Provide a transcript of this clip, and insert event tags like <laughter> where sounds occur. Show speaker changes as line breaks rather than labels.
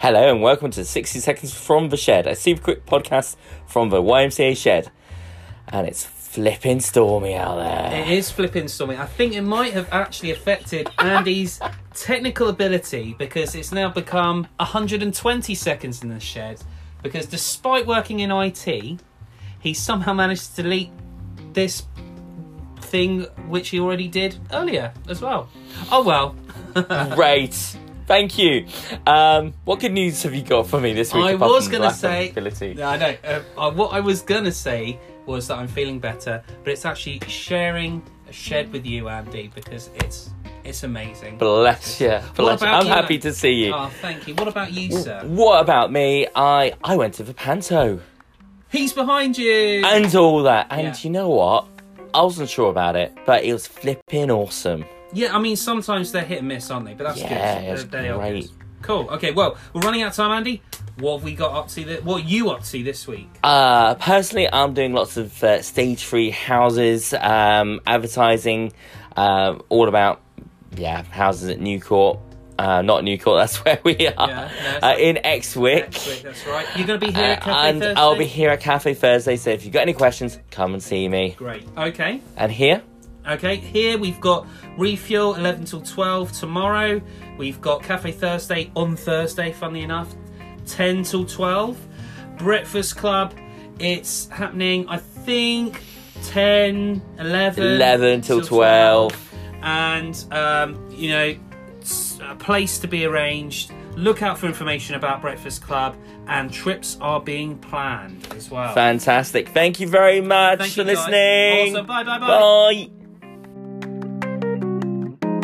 Hello and welcome to 60 Seconds from the Shed, a super quick podcast from the YMCA Shed. And it's flipping stormy out there.
It is flipping stormy. I think it might have actually affected Andy's technical ability because it's now become 120 seconds in the shed. Because despite working in IT, he somehow managed to delete this thing which he already did earlier as well. Oh well.
Great. Thank you. Um, what good news have you got for me this week?
I
apart
was
from
gonna
lack of
say-
ability?
No, I know. Uh, uh, what I was gonna say was that I'm feeling better, but it's actually sharing a shed with you, Andy, because it's it's amazing.
Bless you. Bless you.
about
I'm
you?
happy to see you.
Oh, thank you. What about you, sir?
What about me? I I went to the panto
He's behind you.
and all that, and
Yeah.
you know what? I wasn't sure about it, but it was flipping awesome.
yeah, I mean sometimes they're hit and miss, aren't they? But that's
Yeah,
good.
it's
They- they are
great.
good. Cool. Okay. Well, we're running out of time, Andy. What have we got up to? That what are you up to this week?
Uh, personally, I'm doing lots of uh, stage free houses, um, advertising, uh, all about yeah houses at Newcourt. Uh, not Newcourt, <laughs> that's where we are.
no, it's
uh,
like-
in Exwick.
Next week. That's right. You're going to be here
Uh,
at Cafe
and
Thursday?
I'll be here at Cafe Thursday, so if you've got any questions, come and see me.
Great. Okay.
And here,
Okay, here we've got Refuel 11 till 12 tomorrow. We've got Cafe Thursday on Thursday, funnily enough, 10 till 12. Breakfast Club, it's happening, I think, 10, 11.
11 till 12.
And, um, you know, it's a place to be arranged. Look out for information about Breakfast Club, and trips are being planned as well.
fantastic. Thank you very much
Thank
for
you guys.
listening.
Awesome. Bye, bye, bye.
Bye.